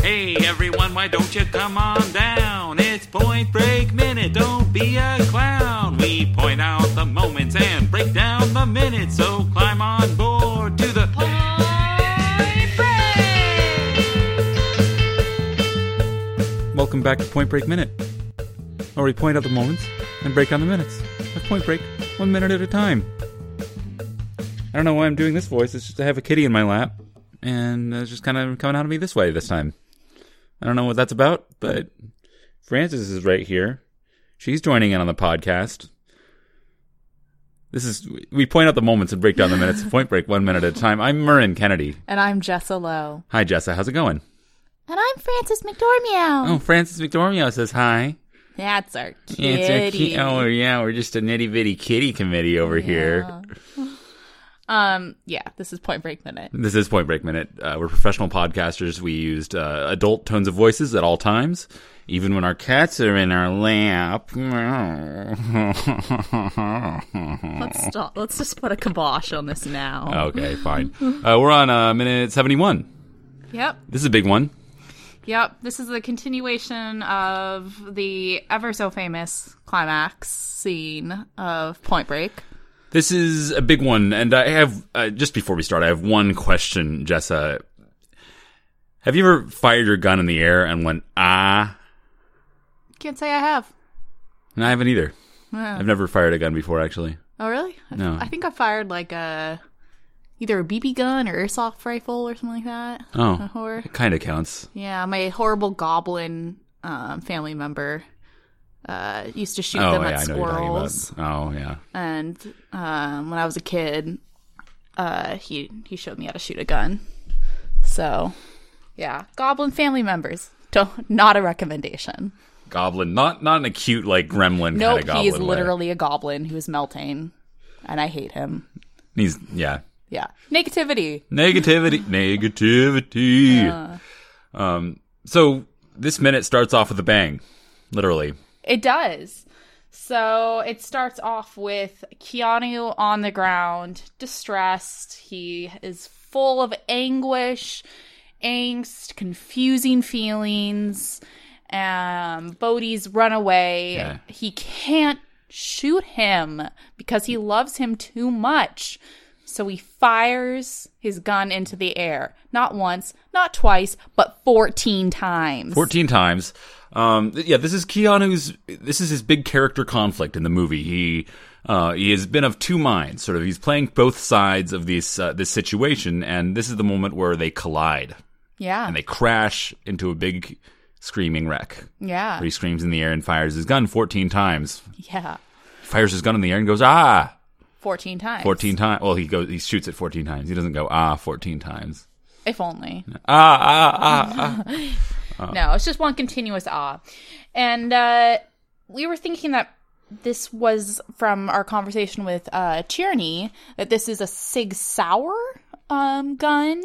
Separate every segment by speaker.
Speaker 1: Hey everyone, why don't you come on down? It's Point Break Minute, don't be a clown. We point out the moments and break down the minutes, so climb on board to the Point Break! Welcome back to Point Break Minute, where we point out the moments and break down the minutes. That's Point Break, one minute at a time. I don't know why I'm doing this voice, it's just I have a kitty in my lap, and it's just kind of coming out of me this way this time. I don't know what that's about, but Frances is right here. She's joining in on the podcast. This is we point out the moments and break down the minutes. Point Break, one minute at a time. I'm Murrin Kennedy.
Speaker 2: And I'm Jessa Lowe.
Speaker 1: Hi, Jessa. How's it going?
Speaker 2: And I'm Frances McDormeow.
Speaker 1: Oh, Frances McDormio says hi.
Speaker 2: That's our kitty.
Speaker 1: It's our ki- oh yeah, we're just a nitty bitty kitty committee over here.
Speaker 2: Um, yeah, this is Point Break Minute.
Speaker 1: This is Point Break Minute. Uh, we're professional podcasters. We used uh, adult tones of voices at all times, even when our cats are in our lap.
Speaker 2: Let's stop. Let's just put a kibosh on this now.
Speaker 1: okay, fine. Uh, we're on uh, minute 71.
Speaker 2: Yep.
Speaker 1: This is a big one.
Speaker 2: Yep. This is the continuation of the ever so famous climax scene of Point Break.
Speaker 1: This is a big one, and I have uh, just before we start, I have one question, Jessa. Have you ever fired your gun in the air and went ah?
Speaker 2: Can't say I have.
Speaker 1: And I haven't either.
Speaker 2: Yeah.
Speaker 1: I've never fired a gun before, actually.
Speaker 2: Oh, really? I-
Speaker 1: Uh, No.
Speaker 2: I think I fired like a either a BB gun or airsoft rifle or something like that.
Speaker 1: Oh,
Speaker 2: Or
Speaker 1: it kind of counts.
Speaker 2: Yeah, my horrible goblin um, family member uh, used to shoot them at squirrels.
Speaker 1: Oh yeah.
Speaker 2: And um, when I was a kid, uh, he he showed me how to shoot a gun. So, yeah, goblin family members. Don't, not a recommendation.
Speaker 1: Goblin, not not an acute like gremlin kind
Speaker 2: Nope,
Speaker 1: of goblin.
Speaker 2: he is
Speaker 1: way.
Speaker 2: literally a goblin who is melting, and I hate him.
Speaker 1: He's yeah.
Speaker 2: Yeah, negativity.
Speaker 1: Negativity, negativity. Um, so this minute starts off with a bang, literally.
Speaker 2: It does. So it starts off with Keanu on the ground, distressed. He is full of anguish, angst, confusing feelings. Um, Bodhi's run away.
Speaker 1: Yeah.
Speaker 2: He can't shoot him because he loves him too much. So he fires his gun into the air. Not once, not twice, but 14 times.
Speaker 1: 14 times. Um, th- yeah, this is Keanu's. This is his big character conflict in the movie. He uh, he has been of two minds. Sort of, he's playing both sides of this uh, this situation, and this is the moment where they collide
Speaker 2: Yeah.
Speaker 1: and they crash into a big screaming wreck.
Speaker 2: yeah.
Speaker 1: Where he screams in the air and fires his gun 14 times.
Speaker 2: Yeah.
Speaker 1: Fires his gun in the air and goes ah
Speaker 2: 14 times.
Speaker 1: 14 times. Well, he goes he shoots it 14 times. He doesn't go ah 14 times.
Speaker 2: If only.
Speaker 1: Ah ah ah. ah.
Speaker 2: No, it's just one continuous ah. And uh, we were thinking that this was from our conversation with uh, Tierney, that this is a Sig Sauer um, gun.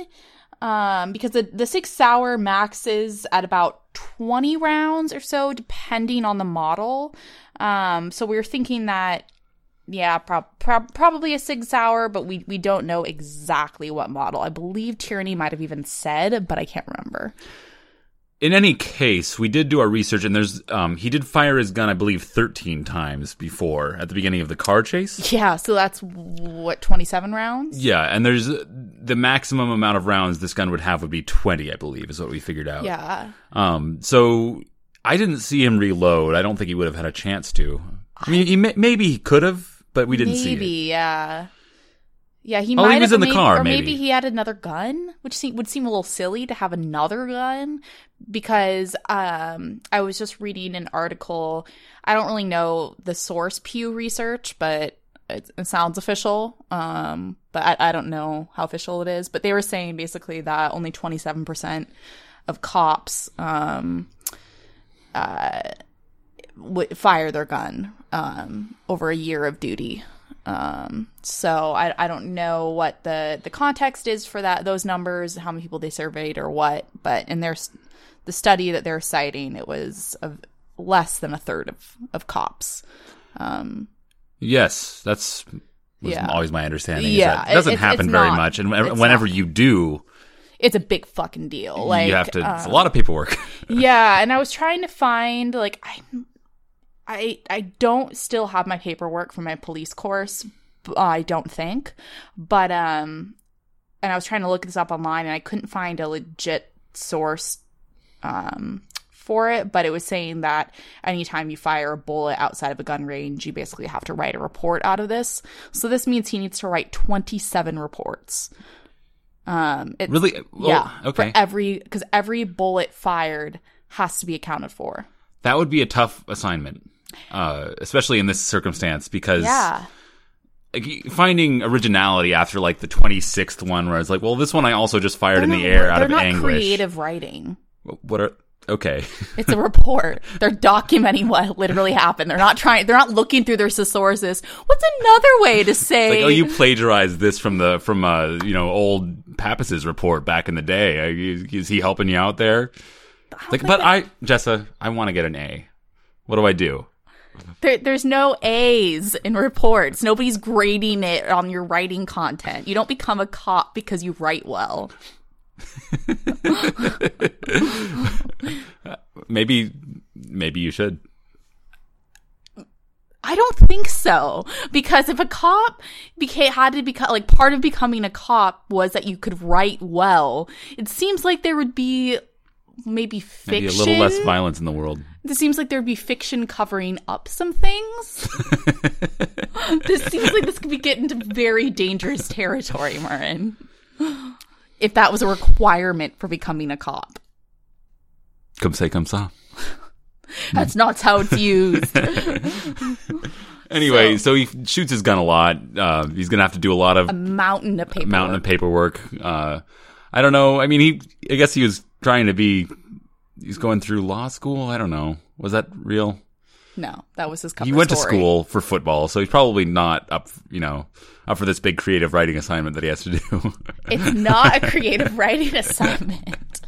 Speaker 2: Um, because the, the Sig Sauer maxes at about 20 rounds or so, depending on the model. Um, so we were thinking that, yeah, prob- prob- probably a Sig Sauer, but we, we don't know exactly what model. I believe Tierney might have even said, but I can't remember.
Speaker 1: in any case, we did do our research, and there's um, he did fire his gun, I believe, thirteen times before at the beginning of the car chase.
Speaker 2: Yeah, so that's what twenty seven rounds.
Speaker 1: Yeah, and there's the maximum amount of rounds this gun would have would be twenty, I believe, is what we figured out.
Speaker 2: Yeah,
Speaker 1: Um. So I didn't see him reload. I don't think he would have had a chance to. I mean, he may- maybe he could have, but we didn't
Speaker 2: maybe.
Speaker 1: see it.
Speaker 2: Yeah, yeah. He
Speaker 1: Oh, he
Speaker 2: might
Speaker 1: was in
Speaker 2: have
Speaker 1: the
Speaker 2: maybe-
Speaker 1: car,
Speaker 2: or
Speaker 1: maybe.
Speaker 2: maybe he had another gun, which seem, would seem a little silly to have another gun because um, I was just reading an article. I don't really know the source, Pew Research, but it, it sounds official. Um, but I, I don't know how official it is. But they were saying basically that only twenty seven percent of cops um, w- fire their gun um, over a year of duty. Um, so I, I don't know what the, the context is for that those numbers, how many people they surveyed or what, but in their s- the study that they're citing, it was of less than a third of, of cops.
Speaker 1: Yes, that's was
Speaker 2: Yeah.
Speaker 1: always my understanding. is
Speaker 2: Yeah,
Speaker 1: that it doesn't
Speaker 2: it- it's
Speaker 1: happen very
Speaker 2: not-
Speaker 1: much, and
Speaker 2: it's
Speaker 1: whenever you do,
Speaker 2: it's a big fucking deal. Like
Speaker 1: you have to. it's a
Speaker 2: um,
Speaker 1: lot of paperwork.
Speaker 2: yeah, and I was trying to find like I, I I don't still have my paperwork from my police course. b- I don't think, but um, and I was trying to look this up online and I couldn't find a legit source um for it, but it was saying that anytime you fire a bullet outside of a gun range, you basically have to write a report out of this. So this means he needs to write twenty seven reports. Um, it's,
Speaker 1: really? Well,
Speaker 2: yeah.
Speaker 1: Okay.
Speaker 2: For every because every bullet fired has to be accounted for.
Speaker 1: that would be a tough assignment, uh, especially in this circumstance, because
Speaker 2: Yeah.
Speaker 1: like, finding originality after like the twenty sixth one, where I was like, well, this one I also just fired in the air out
Speaker 2: they're
Speaker 1: of
Speaker 2: not
Speaker 1: anguish.
Speaker 2: creative writing.
Speaker 1: What are? Okay.
Speaker 2: It's a report. they're documenting what literally happened. They're not trying. They're not looking through their thesaurus. What's another way to say?
Speaker 1: Like, oh, you plagiarized this from the from uh you know old Pappas's report back in the day. Uh, Is, is he helping you out there? Like, but I, Jessa, I want to get an A. What do I do?
Speaker 2: There, there's no A's in reports. Nobody's grading it on your writing content. You don't become a cop because you write well.
Speaker 1: Maybe, maybe you should.
Speaker 2: I don't think so. Because if a cop became, had to become, like, part of becoming a cop was that you could write well, it seems like there would be maybe
Speaker 1: Maybe
Speaker 2: fiction.
Speaker 1: a little less violence in the world.
Speaker 2: This seems like there'd be fiction covering up some things. this seems like this could be getting into very dangerous territory, Marin. If that was a requirement for becoming a cop.
Speaker 1: Come say, come saw. Hmm.
Speaker 2: That's not how it's used.
Speaker 1: Anyway, so, he shoots his gun a lot. Uh, he's gonna have to do a lot of
Speaker 2: Mountain of paper.
Speaker 1: mountain of paperwork. Uh, I don't know. I mean, he. I guess he was trying to be. He's going through law school. I don't know. Was that real?
Speaker 2: No, that was his cover
Speaker 1: He went to
Speaker 2: story.
Speaker 1: school for football, so he's probably not up. You know, up for this big creative writing assignment that he has to do.
Speaker 2: It's not a creative writing assignment.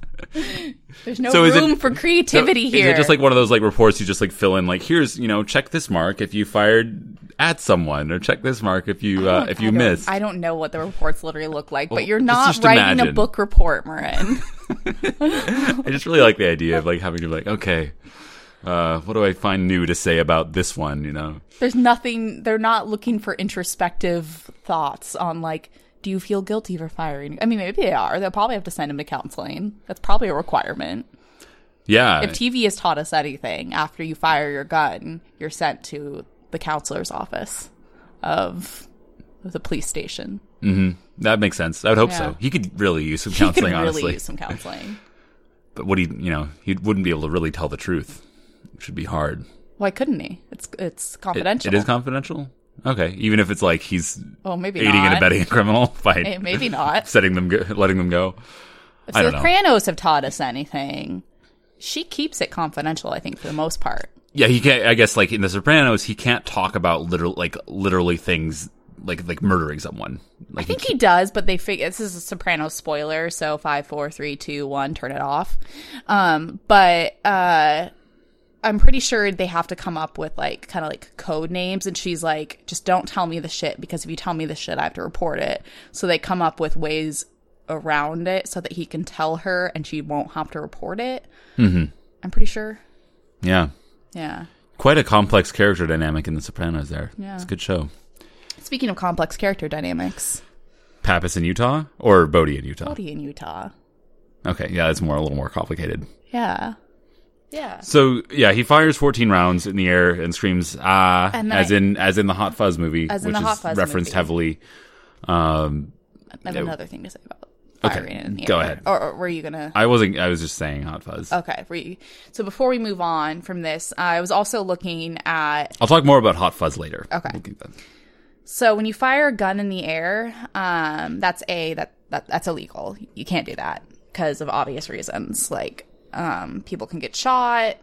Speaker 2: There's no
Speaker 1: So is it-
Speaker 2: room for creativity
Speaker 1: So,
Speaker 2: here.
Speaker 1: Is it just like one of those like reports you just like fill in like here's you know check this mark if you fired at someone or check this mark if you uh, if you
Speaker 2: I don't-
Speaker 1: missed.
Speaker 2: I don't know what the reports literally look like, but you're
Speaker 1: let's
Speaker 2: not
Speaker 1: just
Speaker 2: writing a
Speaker 1: imagine.
Speaker 2: book report, Marin.
Speaker 1: I just really like the idea of like having to be like okay, uh, what do I find new to say about this one? You know.
Speaker 2: There's nothing. They're not looking for introspective thoughts on like, do you feel guilty for firing? I mean, maybe they are. They'll probably have to send him to counseling. That's probably a requirement.
Speaker 1: Yeah,
Speaker 2: If TV has taught us anything, after you fire your gun, you're sent to the counselor's office of the police station.
Speaker 1: that makes sense. I would hope
Speaker 2: Yeah.
Speaker 1: so. He could really use some
Speaker 2: He could
Speaker 1: counseling,
Speaker 2: really
Speaker 1: honestly.
Speaker 2: use some counseling.
Speaker 1: But what he, you know, he wouldn't be able to really tell the truth. It should be hard.
Speaker 2: Why couldn't he? It's it's
Speaker 1: It-
Speaker 2: confidential.
Speaker 1: it is confidential. Okay, even if it's like he's
Speaker 2: Oh, maybe
Speaker 1: aiding
Speaker 2: not.
Speaker 1: and abetting a criminal by
Speaker 2: Eh, maybe not.
Speaker 1: setting them, go- letting them go.
Speaker 2: If
Speaker 1: I
Speaker 2: the
Speaker 1: don't know.
Speaker 2: Sopranos have taught us anything, she keeps it confidential. I think for the most part.
Speaker 1: Yeah, he can't. I guess like in The Sopranos, he can't talk about literal like literally things like like murdering someone. Like
Speaker 2: I think he does, but they figure this is a Soprano spoiler, so five, four, three, two, one, turn it off. Um, but uh, I'm pretty sure they have to come up with like kind of like code names, and she's like, just don't tell me the shit because if you tell me the shit, I have to report it. So they come up with ways around it so that he can tell her and she won't have to report it. Mm-hmm. I'm pretty sure.
Speaker 1: yeah,
Speaker 2: Yeah.
Speaker 1: quite a complex character dynamic in The Sopranos. There,
Speaker 2: Yeah.
Speaker 1: it's a good show.
Speaker 2: Speaking of complex character dynamics,
Speaker 1: Pappas in Utah or Bodie in Utah.
Speaker 2: Cody in Utah.
Speaker 1: Okay, yeah, that's more a little more complicated.
Speaker 2: Yeah. Yeah.
Speaker 1: So yeah, he fires 14 rounds in the air and screams ah,
Speaker 2: And then
Speaker 1: as
Speaker 2: I-
Speaker 1: in as in the Hot Fuzz movie,
Speaker 2: As in
Speaker 1: which
Speaker 2: the Hot
Speaker 1: is
Speaker 2: Fuzz
Speaker 1: referenced
Speaker 2: movie.
Speaker 1: heavily. Um,
Speaker 2: I have
Speaker 1: Yeah.
Speaker 2: another thing to say about firing it in the
Speaker 1: go
Speaker 2: air.
Speaker 1: ahead.
Speaker 2: Or, or were you gonna?
Speaker 1: I wasn't. I was just saying Hot Fuzz.
Speaker 2: Okay, were you? So before we move on from this, I was also looking at.
Speaker 1: I'll talk more about Hot Fuzz later.
Speaker 2: Okay.
Speaker 1: We'll get that.
Speaker 2: So when you fire a gun in the air, um, that's a that, that that's illegal. You can't do that because of obvious reasons, like um, people can get shot.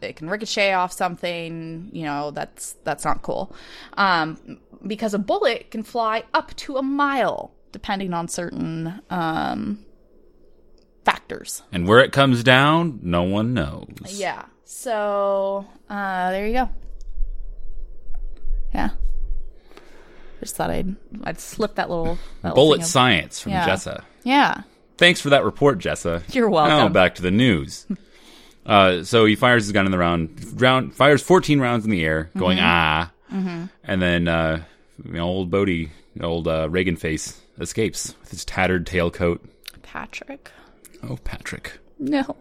Speaker 2: It can ricochet off something, you know. That's that's not cool, um, because a bullet can fly up to a mile, depending on certain um, factors.
Speaker 1: And where it comes down, no one knows.
Speaker 2: Yeah. So uh, there you go. Yeah. Just thought I'd I'd slip that little that little
Speaker 1: Bullet
Speaker 2: thing of-
Speaker 1: science from
Speaker 2: Yeah.
Speaker 1: Jessa.
Speaker 2: yeah.
Speaker 1: Thanks for that report, Jessa.
Speaker 2: You're welcome.
Speaker 1: Now back to the news. Uh, so he fires his gun in the round, round fires 14 rounds in the air, going
Speaker 2: Mm-hmm.
Speaker 1: ah, and then uh, you know, old Bodie, old uh, Reagan face, escapes with his tattered tailcoat.
Speaker 2: Patrick.
Speaker 1: Oh, Patrick.
Speaker 2: No.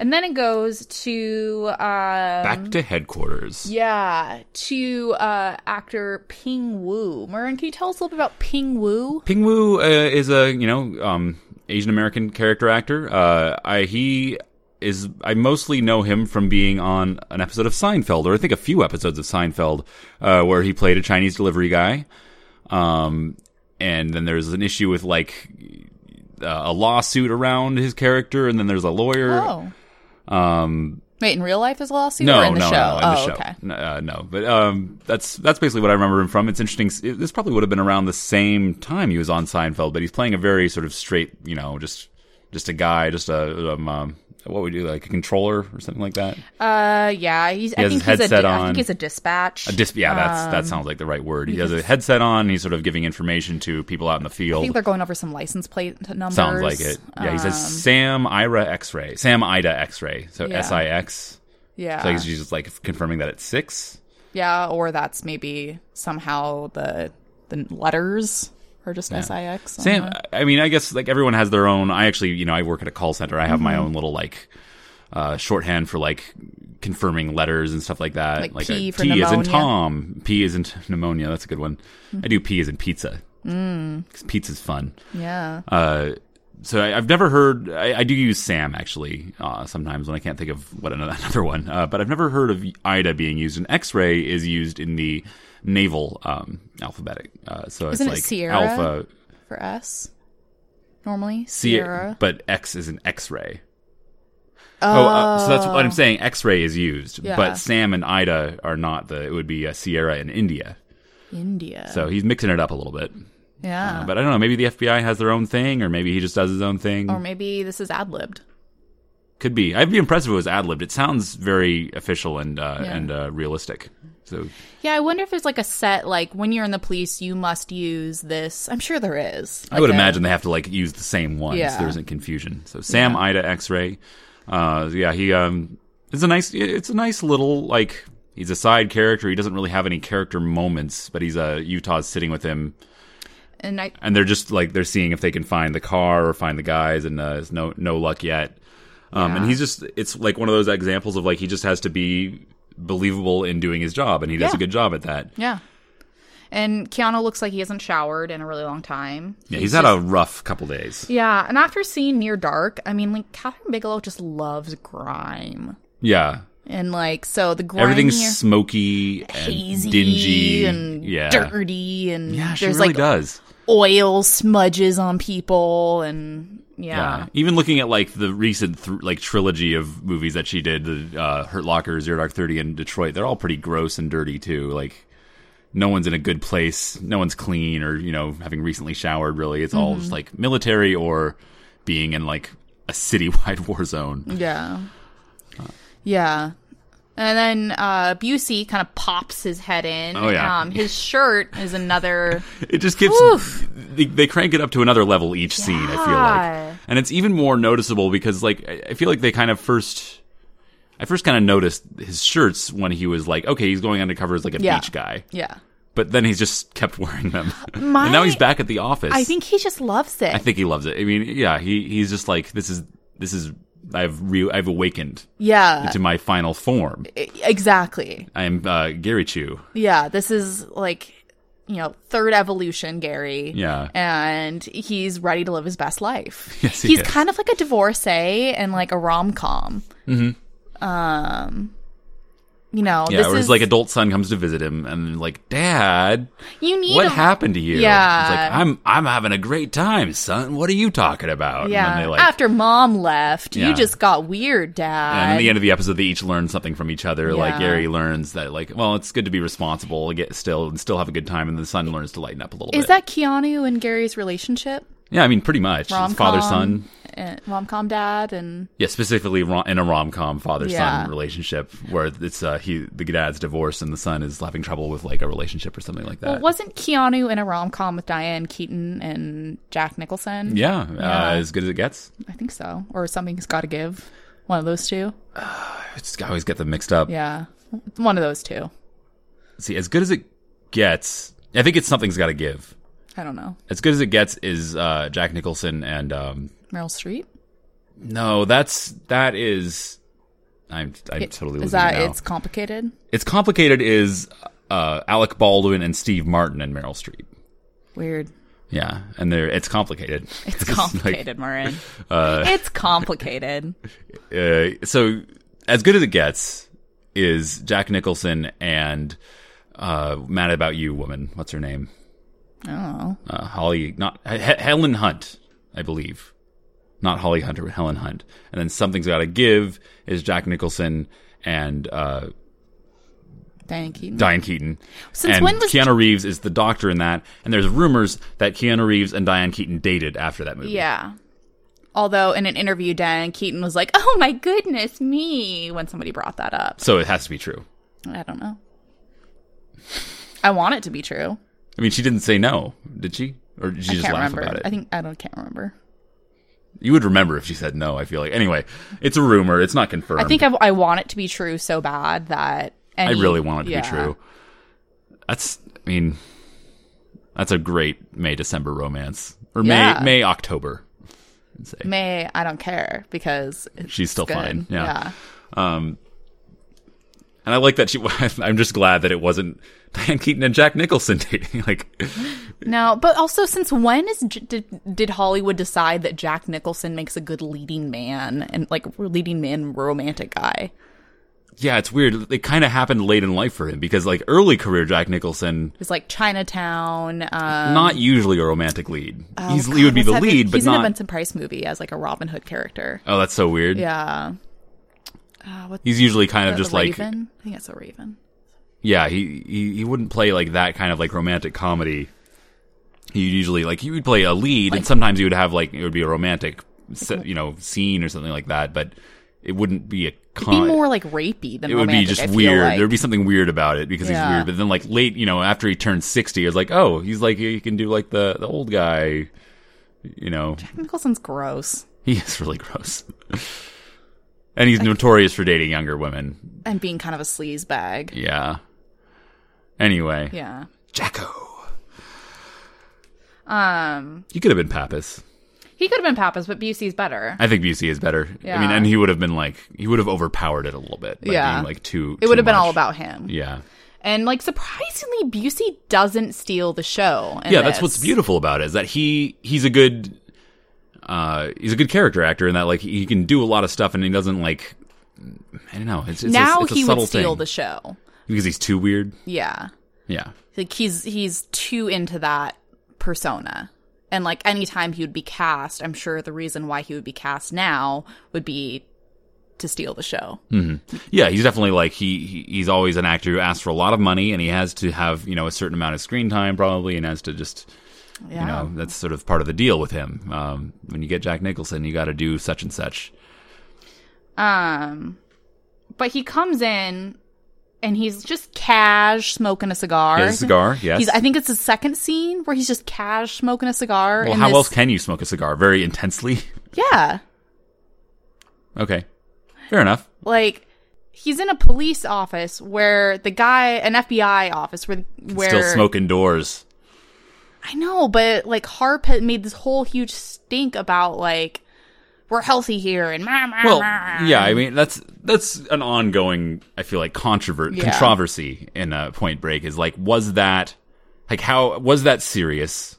Speaker 2: And then it goes to uh
Speaker 1: Back to headquarters.
Speaker 2: yeah, to uh actor Ping Wu. Maren, can you tell us a little bit about Ping Wu?
Speaker 1: Ping Wu uh, is a you know um, Asian American character actor. Uh, I he is I mostly know him from being on an episode of Seinfeld, or I think a few episodes of Seinfeld, uh, where he played a Chinese delivery guy. Um, and then there's an issue with like uh, a lawsuit around his character, and then there's a lawyer.
Speaker 2: Oh.
Speaker 1: Um,
Speaker 2: Wait, in real life as a lawsuit
Speaker 1: no,
Speaker 2: or in the
Speaker 1: no,
Speaker 2: show?
Speaker 1: no, in
Speaker 2: oh,
Speaker 1: the show.
Speaker 2: okay.
Speaker 1: N- uh, no, but um, that's that's basically what I remember him from. It's interesting. s- It, this probably would have been around the same time he was on Seinfeld, but he's playing a very sort of straight, you know, just just a guy, just a um, um what would you like a controller or something like that.
Speaker 2: Uh yeah, he's I
Speaker 1: has his
Speaker 2: think he's a
Speaker 1: headset
Speaker 2: di- I
Speaker 1: on.
Speaker 2: think he's a dispatch.
Speaker 1: A dis- yeah, that's
Speaker 2: Um,
Speaker 1: that sounds like the right word. He has a headset on. And he's sort of giving information to people out in the
Speaker 2: I
Speaker 1: field.
Speaker 2: think they're going over some license plate numbers. Uh,
Speaker 1: Sounds like it. Yeah, he says Sam Ira X-ray, Sam Ida X-ray. So
Speaker 2: um, Yeah. Ah.
Speaker 1: S I X.
Speaker 2: Yeah.
Speaker 1: So he's just like confirming that it's six.
Speaker 2: yeah, or that's maybe somehow the the letters are just SIX.
Speaker 1: Sam, I mean, I guess like everyone has their own. I actually, you know, I work at a call center. I have my
Speaker 2: Mm-hmm.
Speaker 1: own little like uh, shorthand for like confirming letters and stuff like that.
Speaker 2: Like
Speaker 1: a
Speaker 2: P for
Speaker 1: T is in
Speaker 2: pneumonia. Mm.
Speaker 1: Tom. P is in t- pneumonia. That's a good one. I do P is in pizza. Because pizza's fun.
Speaker 2: Yeah.
Speaker 1: Uh, so I, I've never heard. I, I do use Sam actually uh, sometimes when I can't think of what another, another one. Uh, but I've never heard of Ida being used. An X-ray is used in the naval um, alphabetic. Uh, so
Speaker 2: Isn't it
Speaker 1: it's like
Speaker 2: Sierra?
Speaker 1: Alpha.
Speaker 2: for us normally
Speaker 1: Sierra,
Speaker 2: Sierra.
Speaker 1: but X is an X-ray. Oh, uh, so that's what I'm saying. X-ray is used,
Speaker 2: Yeah.
Speaker 1: but Sam and Ida are not. The it would be uh, Sierra in India.
Speaker 2: India.
Speaker 1: So uh, he's mixing it up a little bit.
Speaker 2: yeah.
Speaker 1: Uh, but I don't know. Maybe the FBI has their own thing, or maybe he just does his own thing.
Speaker 2: or maybe this is ad libbed.
Speaker 1: Could be. I'd be impressed if it was ad libbed. It sounds very official and uh,
Speaker 2: Yeah.
Speaker 1: and uh, realistic. So
Speaker 2: Yeah, I wonder if there's like a set like when you're in the police, you must use this. I'm sure there is.
Speaker 1: I would
Speaker 2: Like a-
Speaker 1: imagine they have to like use the same one,
Speaker 2: Yeah.
Speaker 1: so there isn't confusion. So Sam Ida X-ray, uh, yeah, he um, it's a nice, it's a nice little like he's a side character. He doesn't really have any character moments, but he's uh, Utah's sitting with him,
Speaker 2: And I
Speaker 1: and they're just like they're seeing if they can find the car or find the guys, and uh, it's no no luck yet. Um, and he's just it's like one of those examples of like he just has to be believable in doing his job, and he does
Speaker 2: Yeah.
Speaker 1: a good job at that.
Speaker 2: yeah. And Keanu looks like he hasn't showered in a really long time.
Speaker 1: Yeah, he's had a rough couple days.
Speaker 2: Yeah, and after seeing Near Dark, I mean, like Catherine Bigelow just loves grime,
Speaker 1: Yeah.
Speaker 2: and like so the grime
Speaker 1: Everything's
Speaker 2: here-
Speaker 1: smoky and
Speaker 2: hazy
Speaker 1: dingy
Speaker 2: and
Speaker 1: yeah.
Speaker 2: dirty, and
Speaker 1: Yeah, she
Speaker 2: there's
Speaker 1: really
Speaker 2: like
Speaker 1: does.
Speaker 2: oil smudges on people, and
Speaker 1: Yeah.
Speaker 2: yeah,
Speaker 1: even looking at like the recent th- like trilogy of movies that she did, the uh, Hurt Locker, Zero Dark Thirty, and Detroit, they're all pretty gross and dirty too. Like no one's in a good place, no one's clean, or you know, having recently showered. Really, it's
Speaker 2: Mm-hmm.
Speaker 1: all just like military or being in like a citywide war zone.
Speaker 2: yeah, yeah. And then uh, Busey kind of pops his head in.
Speaker 1: Oh, yeah.
Speaker 2: um, his shirt is another.
Speaker 1: It just gets
Speaker 2: Oof.
Speaker 1: they, they crank it up to another level each scene. I feel
Speaker 2: Yeah.
Speaker 1: like, and it's even more noticeable because like I I feel like they kind of first. I first kind of noticed his shirts when he was like, okay, he's going undercover as like a
Speaker 2: Yeah.
Speaker 1: beach guy,
Speaker 2: yeah,
Speaker 1: but then he's just kept wearing them,
Speaker 2: My-
Speaker 1: and now he's back at the office.
Speaker 2: I think he just loves it.
Speaker 1: I think he loves it. I mean, yeah, he he's just like this is this is I've re- I've awakened
Speaker 2: yeah,
Speaker 1: to my final form.
Speaker 2: e- exactly.
Speaker 1: I am uh, Gary Chu.
Speaker 2: Yeah, this is like, you know, third evolution, Gary.
Speaker 1: Yeah.
Speaker 2: And he's ready to live his best life.
Speaker 1: Yes, he
Speaker 2: he's
Speaker 1: is.
Speaker 2: kind of like a divorcee and like a rom com. Mm-hmm. Um, you know,
Speaker 1: Yeah,
Speaker 2: this
Speaker 1: or his
Speaker 2: is
Speaker 1: like adult son comes to visit him and like, Dad,
Speaker 2: you need
Speaker 1: what
Speaker 2: a-
Speaker 1: happened to you?
Speaker 2: Yeah.
Speaker 1: It's like, I'm I'm having a great time, son. What are you talking about?
Speaker 2: Yeah, Ah,
Speaker 1: And then they like
Speaker 2: after mom left,
Speaker 1: Yeah.
Speaker 2: you just got weird, Dad.
Speaker 1: and at the end of the episode, they each learn something from each other.
Speaker 2: Yeah.
Speaker 1: Like Gary learns that, like, well, it's good to be responsible, get still, and still have a good time. And the son learns to lighten up a little
Speaker 2: is
Speaker 1: bit.
Speaker 2: that Keanu and Gary's relationship?
Speaker 1: yeah, I mean, pretty much, It's
Speaker 2: Rom-com
Speaker 1: father son.
Speaker 2: and rom com dad and
Speaker 1: Yeah, specifically ro- in a rom com father son
Speaker 2: Yeah.
Speaker 1: relationship where it's uh, he the dad's divorced and the son is having trouble with like a relationship or something like that.
Speaker 2: well, wasn't Keanu in a rom com with Diane Keaton and Jack Nicholson?
Speaker 1: yeah, Uh, as good as it gets.
Speaker 2: I think so. Or something's got to give. One of those two.
Speaker 1: I just always get them mixed up.
Speaker 2: Yeah, one of those two.
Speaker 1: See, as good as it gets, I think it's something's got to give.
Speaker 2: I don't know.
Speaker 1: As good as it gets is uh, Jack Nicholson and um,
Speaker 2: Meryl Streep.
Speaker 1: no, that's that is. I'm I'm totally losing
Speaker 2: Is that
Speaker 1: it now.
Speaker 2: it's complicated?
Speaker 1: It's complicated. Is uh, Alec Baldwin and Steve Martin and Meryl Streep.
Speaker 2: Weird.
Speaker 1: Yeah, and they're it's complicated.
Speaker 2: It's
Speaker 1: like-
Speaker 2: complicated, Marin. it's complicated.
Speaker 1: uh, so as good as it gets is Jack Nicholson and uh, Mad About You woman. What's her name?
Speaker 2: Oh,
Speaker 1: Uh, Holly, not H- H- Helen Hunt, I believe. Not Holly Hunter, but Helen Hunt. And then Something's Gotta Give is Jack Nicholson and uh,
Speaker 2: Diane Keaton.
Speaker 1: Diane Keaton.
Speaker 2: Since
Speaker 1: and
Speaker 2: when was-
Speaker 1: Keanu Reeves is the doctor in that. And there's rumors that Keanu Reeves and Diane Keaton dated after that movie.
Speaker 2: yeah. Although in an interview, Diane Keaton was like, "Oh my goodness me," when somebody brought that up.
Speaker 1: So it has to be true.
Speaker 2: I don't know. I want it to be true.
Speaker 1: I mean, she didn't say no, did she? Or did she
Speaker 2: I
Speaker 1: just
Speaker 2: can't
Speaker 1: laugh
Speaker 2: remember.
Speaker 1: about it?
Speaker 2: I think I don't can't remember.
Speaker 1: You would remember if she said no, I feel like. Anyway, it's a rumor. It's not confirmed.
Speaker 2: I think I, I want it to be true so bad that
Speaker 1: I
Speaker 2: any-
Speaker 1: really want it to
Speaker 2: yeah.
Speaker 1: be true. That's, I mean, that's a great May December romance. Or
Speaker 2: Yeah.
Speaker 1: May, May October. I'd say.
Speaker 2: May I don't care because it's
Speaker 1: She's still
Speaker 2: good.
Speaker 1: fine. Yeah. And I like that she, I'm just glad that it wasn't Diane Keaton and Jack Nicholson dating. Like,
Speaker 2: No, but also since when is J- did, did Hollywood decide that Jack Nicholson makes a good leading man and like leading man romantic guy?
Speaker 1: yeah, it's weird. It kind of happened late in life for him because, like, early career Jack Nicholson,
Speaker 2: It's like Chinatown. Uh,
Speaker 1: not usually a romantic lead. he's,
Speaker 2: oh,
Speaker 1: he would be
Speaker 2: what's
Speaker 1: the
Speaker 2: that
Speaker 1: lead,
Speaker 2: big-
Speaker 1: but
Speaker 2: he's in a
Speaker 1: not.
Speaker 2: Vincent Price movie as like a Robin Hood character.
Speaker 1: Oh, that's so weird.
Speaker 2: Yeah. Uh, what's
Speaker 1: He's usually kind of
Speaker 2: that,
Speaker 1: just
Speaker 2: the
Speaker 1: like
Speaker 2: Raven? I think that's a Raven.
Speaker 1: yeah he, he he wouldn't play like that kind of like romantic comedy he usually like he would play a lead and sometimes he would have like it would be a romantic se- you know scene or something like that but it wouldn't be a
Speaker 2: Be
Speaker 1: con
Speaker 2: more like rapey than
Speaker 1: uh, it would be
Speaker 2: romantic,
Speaker 1: just
Speaker 2: I feel
Speaker 1: weird
Speaker 2: like.
Speaker 1: there'd be something weird about it because he's
Speaker 2: Yeah.
Speaker 1: weird but then like late you know after he turned 60 it's like oh he's like he can do like the the old guy you know
Speaker 2: Nicholson's gross
Speaker 1: he is really gross and he's notorious for dating younger women
Speaker 2: and being kind of a sleaze bag.
Speaker 1: yeah anyway
Speaker 2: Yeah.
Speaker 1: jacko
Speaker 2: Um,
Speaker 1: You could have been Pappas.
Speaker 2: he could have been Pappas, but Busey's better.
Speaker 1: I think Busey is better. I mean,
Speaker 2: Yeah.
Speaker 1: and he would have been like he would have overpowered it a little bit. By
Speaker 2: Yeah.
Speaker 1: being, like too.
Speaker 2: it would
Speaker 1: too
Speaker 2: have been
Speaker 1: much.
Speaker 2: all about him.
Speaker 1: Yeah,
Speaker 2: And like surprisingly, Busey doesn't steal the show. in
Speaker 1: yeah. That's
Speaker 2: this.
Speaker 1: what's beautiful about it is that he he's a good uh he's a good character actor in that like he can do a lot of stuff and he doesn't like I don't know. It's, it's
Speaker 2: Now
Speaker 1: a, it's a
Speaker 2: he
Speaker 1: subtle
Speaker 2: would steal
Speaker 1: thing
Speaker 2: the show.
Speaker 1: because he's too weird.
Speaker 2: Yeah,
Speaker 1: Yeah,
Speaker 2: like he's he's too into that persona. And like anytime he would be cast, I'm sure the reason why he would be cast now would be to steal the show.
Speaker 1: yeah. He's definitely like he, he he's always an actor who asks for a lot of money and he has to have you know a certain amount of screen time probably and has to just
Speaker 2: Yeah,
Speaker 1: you know that's sort of part of the deal with him um, when you get jack nicholson you got to do such and such
Speaker 2: Um, but he comes in and he's just cash smoking a cigar.
Speaker 1: He has a cigar, yes.
Speaker 2: He's, I think it's the second scene where he's just cash smoking a cigar.
Speaker 1: well
Speaker 2: in
Speaker 1: how
Speaker 2: this-
Speaker 1: else can you smoke a cigar very intensely
Speaker 2: Yeah,
Speaker 1: okay fair enough
Speaker 2: like he's in a police office where the guy, an FBI office where where
Speaker 1: still smoking doors
Speaker 2: I know, but like Harp had made this whole huge stink about like we're healthy here and mah, mah,
Speaker 1: well
Speaker 2: mah.
Speaker 1: yeah i mean that's that's an ongoing i feel like controvert-
Speaker 2: Yeah.
Speaker 1: controversy in uh, point break is like was that like how was that serious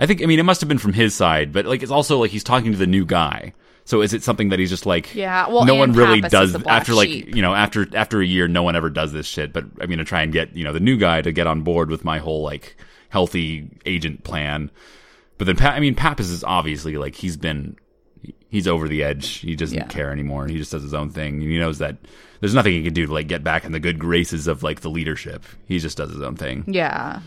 Speaker 1: i think i mean it must have been from his side but like it's also like he's talking to the new guy so is it something that he's just like
Speaker 2: Yeah, well,
Speaker 1: no one
Speaker 2: and
Speaker 1: really
Speaker 2: Pappas is
Speaker 1: does
Speaker 2: the black
Speaker 1: after like
Speaker 2: sheep.
Speaker 1: you know after after a year no one ever does this shit but i'm gonna try and get you know the new guy to get on board with my whole like healthy agent plan but then Pa- i mean pappas is obviously like he's been he's over the edge he doesn't
Speaker 2: Yeah.
Speaker 1: care anymore he just does his own thing he knows that there's nothing he can do to like get back in the good graces of like the leadership he just does his own thing
Speaker 2: Yeah.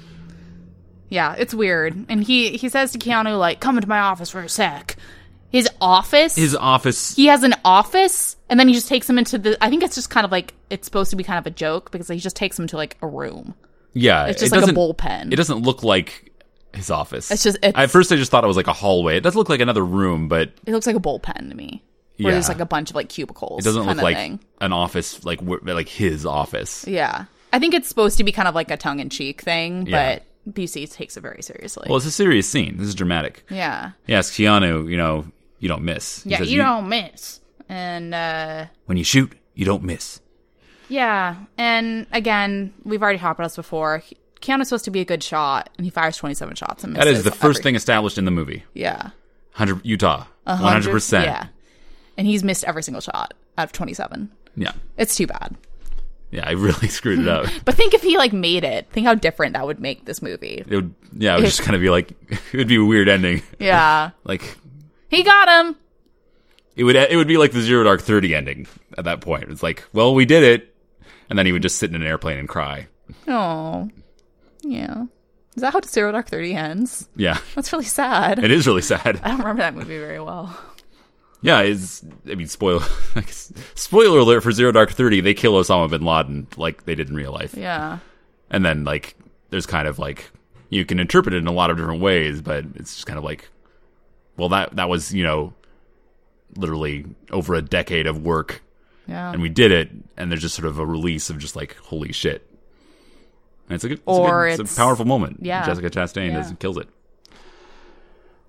Speaker 2: Yeah, it's weird. And he he says to Keanu like, "Come into my office for a sec." His office.
Speaker 1: His office.
Speaker 2: he has an office, and then he just takes him into the. I think it's just kind of like it's supposed to be kind of a joke because he just takes him to like a room.
Speaker 1: yeah,
Speaker 2: It's just
Speaker 1: it
Speaker 2: like a
Speaker 1: doesn't-
Speaker 2: bullpen.
Speaker 1: It doesn't look like his office.
Speaker 2: It's just- it's-
Speaker 1: at first I just thought it was like a hallway. It does look like another room, but
Speaker 2: it looks like a bullpen to me. Where
Speaker 1: Yeah.
Speaker 2: there's like a bunch of like cubicles.
Speaker 1: it doesn't look
Speaker 2: kind of
Speaker 1: like
Speaker 2: thing.
Speaker 1: an office like wh- like his office.
Speaker 2: Yeah. I think it's supposed to be kind of like a tongue in cheek thing,
Speaker 1: Yeah.
Speaker 2: but BC takes it very seriously.
Speaker 1: Well, it's a serious scene. This is dramatic.
Speaker 2: yeah.
Speaker 1: He asks Keanu, you know, you don't miss. He
Speaker 2: Yeah,
Speaker 1: says,
Speaker 2: you, don't miss. And uh
Speaker 1: When you shoot, you don't miss.
Speaker 2: yeah, and again, we've already hopped on this before. He- Keanu's supposed to be a good shot, and he fires 27 shots and misses.
Speaker 1: That is the first
Speaker 2: every-
Speaker 1: thing established in the movie.
Speaker 2: Yeah.
Speaker 1: Hundred Utah, one
Speaker 2: 100
Speaker 1: hundred percent.
Speaker 2: Yeah. And he's missed every single shot out of 27.
Speaker 1: yeah,
Speaker 2: It's too bad.
Speaker 1: yeah. I really screwed it up.
Speaker 2: But think if he like made it. Think how different that would make this movie.
Speaker 1: It would, yeah, it would just kind of be like it would be a weird ending.
Speaker 2: Yeah.
Speaker 1: Like
Speaker 2: he got him.
Speaker 1: it would it would be like the Zero Dark Thirty ending at that point. It's like, well, we did it, and then he would just sit in an airplane and cry.
Speaker 2: Oh. Yeah. Is that how Zero Dark 30 ends?
Speaker 1: Yeah,
Speaker 2: That's really sad.
Speaker 1: it is really sad.
Speaker 2: I don't remember that movie very well.
Speaker 1: Yeah, it's I mean, spoiler like, spoiler alert for Zero Dark Thirty. They kill Osama bin Laden like they did in real life,
Speaker 2: Yeah.
Speaker 1: and then like there's kind of like you can interpret it in a lot of different ways, but it's just kind of like, well, that that was you know literally over a decade of work
Speaker 2: Yeah.
Speaker 1: and we did it and there's just sort of a release of just like holy shit and it's a good it's, a,
Speaker 2: Or
Speaker 1: good, it's
Speaker 2: it's-
Speaker 1: a powerful moment
Speaker 2: yeah.
Speaker 1: jessica chastain does
Speaker 2: Yeah.
Speaker 1: kills it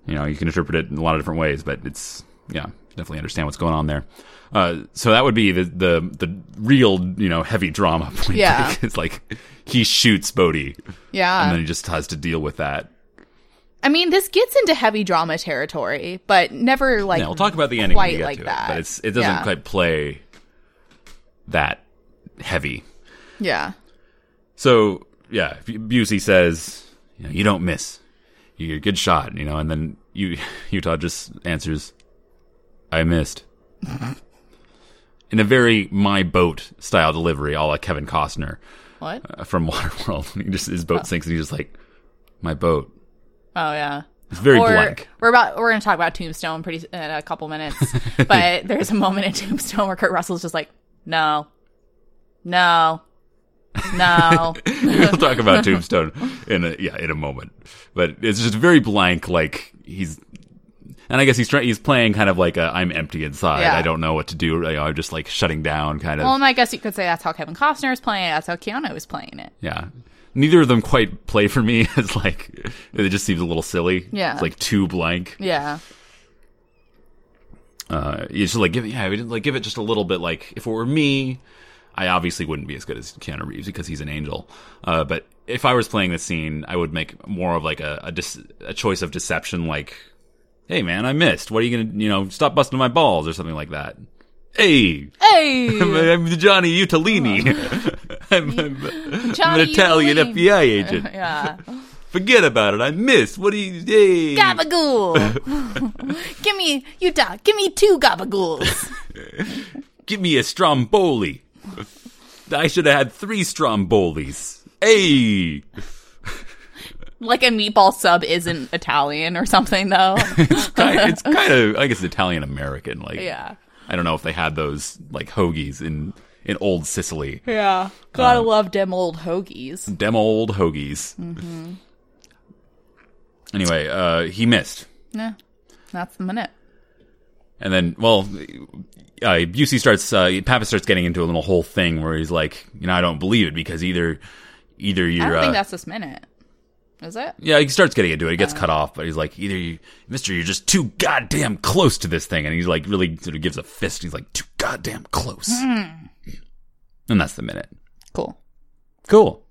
Speaker 1: you know you can interpret it in a lot of different ways but it's yeah definitely understand what's going on there uh, so that would be the, the the real you know heavy drama point
Speaker 2: Yeah. Uh,
Speaker 1: Like, it's like he shoots bodhi and
Speaker 2: yeah.
Speaker 1: then he just has to deal with that
Speaker 2: I mean, this gets into heavy drama territory, but never like.
Speaker 1: yeah we'll talk about the ending when
Speaker 2: quite
Speaker 1: we get
Speaker 2: like
Speaker 1: to
Speaker 2: that.
Speaker 1: it but it's it doesn't
Speaker 2: Yeah.
Speaker 1: quite play that heavy
Speaker 2: Yeah.
Speaker 1: So yeah, B- Busey says, you, know, you don't miss. You're a good shot, you know. And then you, Utah just answers, "I missed." In a very my boat style delivery, a la Kevin Costner
Speaker 2: What?
Speaker 1: uh, from Waterworld. he just his boat sinks and he's just like, "My boat."
Speaker 2: Oh yeah.
Speaker 1: It's very
Speaker 2: or
Speaker 1: blank.
Speaker 2: we're about we're gonna talk about Tombstone pretty in a couple minutes, but there's a moment in Tombstone where Kurt Russell's just like, no, no, no.
Speaker 1: we'll talk about Tombstone in a, yeah in a moment, but it's just very blank. Like he's, and I guess he's trying. He's playing kind of like a I'm empty inside.
Speaker 2: Yeah.
Speaker 1: I don't know what to do. You know, I'm just like shutting down, kind of.
Speaker 2: well, and I guess you could say that's how Kevin Costner is playing it. That's how Keanu is playing it.
Speaker 1: yeah. Neither of them quite play for me. It's like it just seems a little silly.
Speaker 2: Yeah.
Speaker 1: it's like too blank.
Speaker 2: Yeah.
Speaker 1: Uh, it's just like give it, yeah, we didn't like give it just a little bit. Like if it were me, I obviously wouldn't be as good as Keanu Reeves because he's an angel. Uh, but if I was playing this scene, I would make more of like a a, dis- a choice of deception, like, "Hey man, I missed. What are you gonna you know stop busting my balls or something like that." Hey,
Speaker 2: Hey,
Speaker 1: I'm Johnny Utalini. I'm, I'm, I'm an
Speaker 2: Johnny
Speaker 1: Italian
Speaker 2: Utalini.
Speaker 1: FBI agent.
Speaker 2: yeah,
Speaker 1: Forget about it. I missed. What do you? Hey.
Speaker 2: gabagool. give me Utah. Give me two gabagools.
Speaker 1: Give me a stromboli. I should have had three strombolis. Hey,
Speaker 2: like a meatball sub isn't Italian or something though.
Speaker 1: it's kind, it's kind of I guess Italian American. Like,
Speaker 2: yeah.
Speaker 1: I don't know if they had those like hoagies in in old Sicily.
Speaker 2: Yeah. Gotta
Speaker 1: Um,
Speaker 2: love them old hoagies.
Speaker 1: Dem old hoagies.
Speaker 2: Mm-hmm.
Speaker 1: Anyway, uh, he missed,
Speaker 2: Yeah. That's the minute.
Speaker 1: and then well, uh, Busey starts. Uh, Papa starts getting into a little whole thing where he's like, you know, I don't believe it because either either you're
Speaker 2: I don't
Speaker 1: uh,
Speaker 2: think that's this minute. Is it?
Speaker 1: Yeah, he starts getting into it. He gets cut off, but he's like, either you, Mister, you're just too goddamn close to this thing. And he's like, really sort of gives a fist. He's like, too goddamn close. And that's the minute.
Speaker 2: Cool.
Speaker 1: Cool.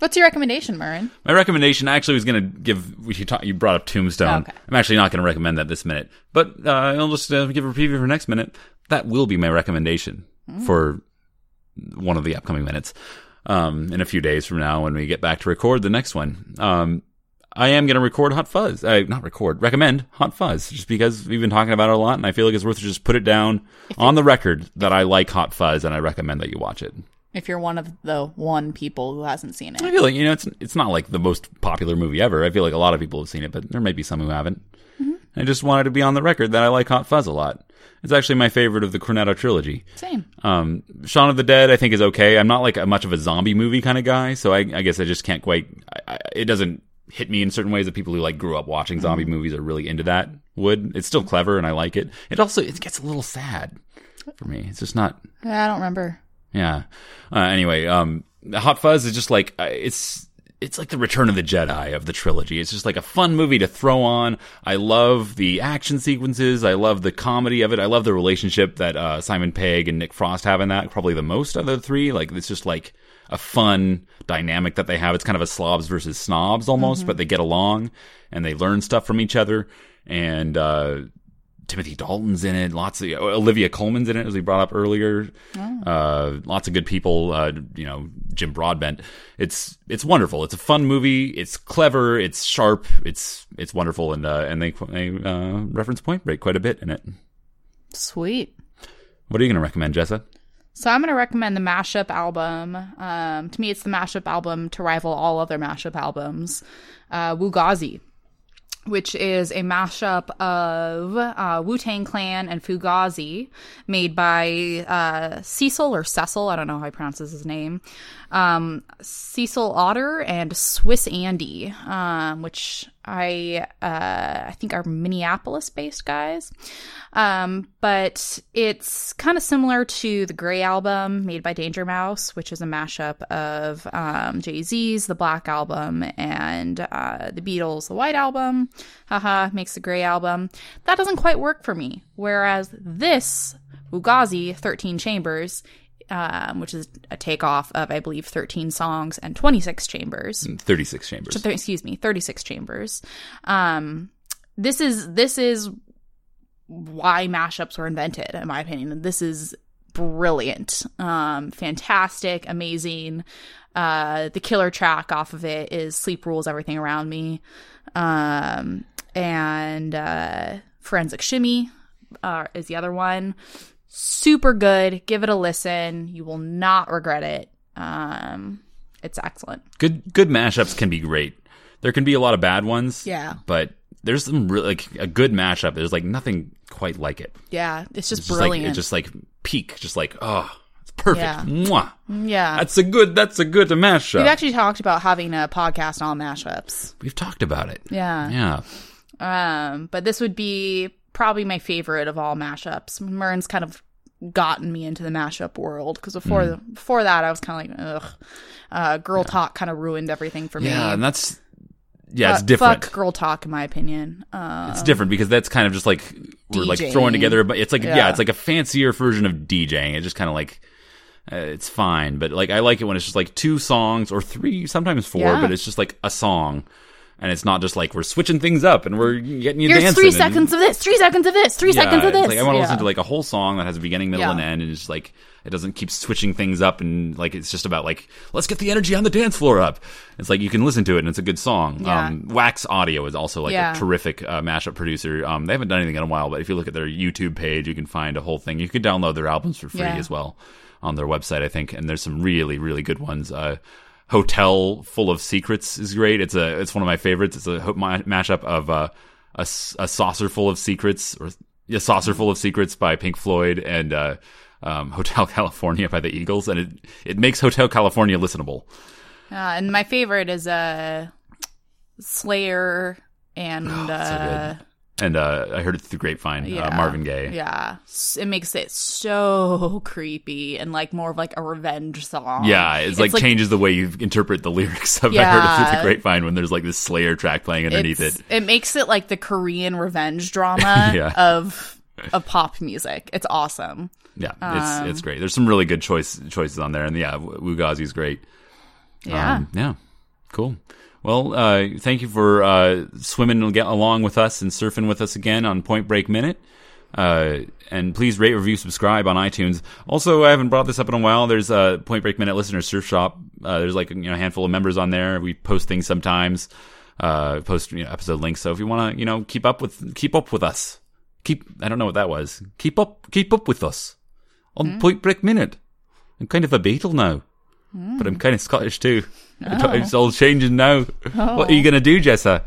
Speaker 2: What's your recommendation, Marin?
Speaker 1: My recommendation I actually was going to give, you, ta- you brought up Tombstone.
Speaker 2: Okay.
Speaker 1: I'm actually not going to recommend that this minute, but uh, I'll just uh, give a preview for next minute. That will be my recommendation for one of the upcoming minutes um, in a few days from now when we get back to record the next one. Um, I am going to record Hot Fuzz. Uh, not record, recommend Hot Fuzz, just because we've been talking about it a lot, and I feel like it's worth to just put it down on the record that I like Hot Fuzz and I recommend that you watch it.
Speaker 2: If you're one of the one people who hasn't seen
Speaker 1: I
Speaker 2: it.
Speaker 1: feel like you know it's it's not like the most popular movie ever. I feel like a lot of people have seen it, but there may be some who haven't. I just wanted to be on the record that I like Hot Fuzz a lot. It's actually my favorite of the Cornetto trilogy.
Speaker 2: Same.
Speaker 1: Um, Shaun of the Dead, I think, is okay. I'm not like a much of a zombie movie kind of guy, so I, I guess I just can't quite. I, I, it doesn't hit me in certain ways that people who like grew up watching zombie movies are really into that would. It's still clever, and I like it. It also it gets a little sad for me. It's just not.
Speaker 2: I don't remember.
Speaker 1: Yeah. Uh, anyway, um, Hot Fuzz is just like uh, it's it's like the Return of the Jedi of the trilogy. It's just like a fun movie to throw on. I love the action sequences. I love the comedy of it. I love the relationship that uh, Simon Pegg and Nick Frost have in that. Probably the most of the three. Like it's just like a fun dynamic that they have. It's kind of a slobs versus snobs almost, but they get along and they learn stuff from each other. And uh, Timothy Dalton's in it. Lots of Olivia Coleman's in it, as we brought up earlier.
Speaker 2: Oh.
Speaker 1: Uh, lots of good people. Uh, you know, Jim Broadbent. It's it's wonderful. It's a fun movie. It's clever. It's sharp. It's it's wonderful. And uh, and they they uh, reference Point Break quite a bit in it.
Speaker 2: Sweet.
Speaker 1: What are you going to recommend, Jessa?
Speaker 2: So I'm going to recommend the mashup album. Um, to me, it's the mashup album to rival all other mashup albums. Uh, Wugazi, which is a mashup of uh, Wu Tang Clan and Fugazi, made by uh, Cecil or Cecil. I don't know how he pronounces his name. Um, Cecil Otter and Swiss Andy, um, which I uh, I think are Minneapolis based guys. Um, but it's kind of similar to the Gray album made by Danger Mouse, which is a mashup of um, Jay Z's The Black Album and uh, the Beatles' The White Album. Haha, makes the Gray album. That doesn't quite work for me. Whereas this, Ugazi, 13 Chambers, um, which is a takeoff of, I believe, 13 songs and 26 chambers
Speaker 1: Thirty six chambers.
Speaker 2: th- excuse me 36 chambers um this is this is why mashups were invented in my opinion and this is brilliant um fantastic amazing uh the killer track off of it is sleep rules everything around me um and uh forensic shimmy uh, is the other one super good give it a listen you will not regret it um it's excellent
Speaker 1: Good good mashups can be great. There can be a lot of bad ones.
Speaker 2: Yeah.
Speaker 1: But there's some really like a good mashup. There's like nothing quite like it.
Speaker 2: Yeah, it's just,
Speaker 1: It's just
Speaker 2: brilliant.
Speaker 1: like it's just like peak. Just like oh, it's perfect.
Speaker 2: Yeah.
Speaker 1: Mwah.
Speaker 2: yeah.
Speaker 1: That's a good. That's a good mashup.
Speaker 2: We've actually talked about having a podcast on mashups.
Speaker 1: We've talked about it.
Speaker 2: Yeah.
Speaker 1: Yeah.
Speaker 2: Um, but this would be probably my favorite of all mashups. Mern's kind of gotten me into the mashup world because before
Speaker 1: Mm.
Speaker 2: before that I was kind of like ugh. Uh, girl talk kind of ruined everything for me.
Speaker 1: Yeah. And that's yeah. It's
Speaker 2: Fuck-
Speaker 1: different.
Speaker 2: Fuck girl talk in my opinion. Uh,
Speaker 1: It's different because that's kind of just like we're like throwing
Speaker 2: DJing.
Speaker 1: together. But it's like yeah.
Speaker 2: Yeah.
Speaker 1: it's like a fancier version of DJing. It's just kind of like uh, it's fine, but like I like it when it's just like two songs or three, sometimes four.
Speaker 2: Yeah.
Speaker 1: But it's just like a song, and it's not just like we're switching things up and we're getting you
Speaker 2: Here's
Speaker 1: dancing.
Speaker 2: three
Speaker 1: and-
Speaker 2: seconds of this, three seconds of this, three
Speaker 1: Yeah,
Speaker 2: seconds of
Speaker 1: it's
Speaker 2: this.
Speaker 1: Like I want to
Speaker 2: yeah.
Speaker 1: listen to like a whole song that has a beginning, middle, and
Speaker 2: Yeah.
Speaker 1: end, and it's just like it doesn't keep switching things up and like it's just about like let's get the energy on the dance floor up. It's like you can listen to it and it's a good song.
Speaker 2: Yeah.
Speaker 1: Um, Wax Audio is also like
Speaker 2: Yeah.
Speaker 1: a terrific uh, mashup producer. Um, they haven't done anything in a while, but if you look at their YouTube page, you can find a whole thing. You can download their albums for free
Speaker 2: Yeah.
Speaker 1: as well on their website, I think. And there's some really really good ones. Uh, Hotel Full of Secrets is great. It's a it's one of my favorites. It's a ho- ma- mashup of uh, a, s- a saucer full of secrets or a saucer full of secrets by Pink Floyd and uh, um, Hotel California by the Eagles, and it it makes Hotel California listenable.
Speaker 2: Uh, and my favorite is uh, Slayer
Speaker 1: Oh,
Speaker 2: and uh,
Speaker 1: And uh, I heard it through grapevine, uh,
Speaker 2: Yeah.
Speaker 1: Marvin Gaye.
Speaker 2: Yeah, S- it makes it so creepy and like more of like a revenge song.
Speaker 1: Yeah, it's, like, changes the way you interpret the lyrics of I heard it through
Speaker 2: Yeah.
Speaker 1: the grapevine when there's like this Slayer track playing underneath
Speaker 2: it's-
Speaker 1: it.
Speaker 2: makes it like the Korean revenge drama
Speaker 1: Yeah.
Speaker 2: of of pop music. It's awesome.
Speaker 1: Yeah, it's it's great. There's some really good choice choices on there, and yeah, Wugazi's great.
Speaker 2: Yeah,
Speaker 1: Um, yeah. Cool. Well, uh, thank you for uh, swimming al- along with us and surfing with us again on Point Break Minute. Uh, and please rate, review, subscribe on iTunes. Also, I haven't brought this up in a while. There's a Point Break Minute listener surf shop. Uh, there's like you know a handful of members on there. We post things sometimes, uh, post you know, episode links. So if you want to you know keep up with keep up with us, keep I don't know what that was. Keep up keep up with us on Point Break Minute. I'm kind of a beetle now but I'm kind of Scottish too. It's all changing now. What are you going to do, Jessa?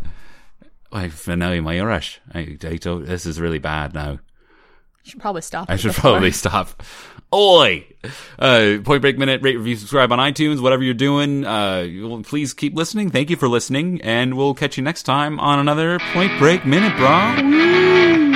Speaker 1: I Vanelli Mayoresh. I, I don't, this is really bad now.
Speaker 2: You should probably stop.
Speaker 1: I
Speaker 2: at
Speaker 1: should
Speaker 2: this
Speaker 1: probably
Speaker 2: point.
Speaker 1: stop. Oi! Uh, Point Break Minute, rate, review, subscribe on iTunes, whatever you're doing. Uh, you'll- please keep listening. Thank you for listening, and we'll catch you next time on another Point Break Minute, bro. Woo!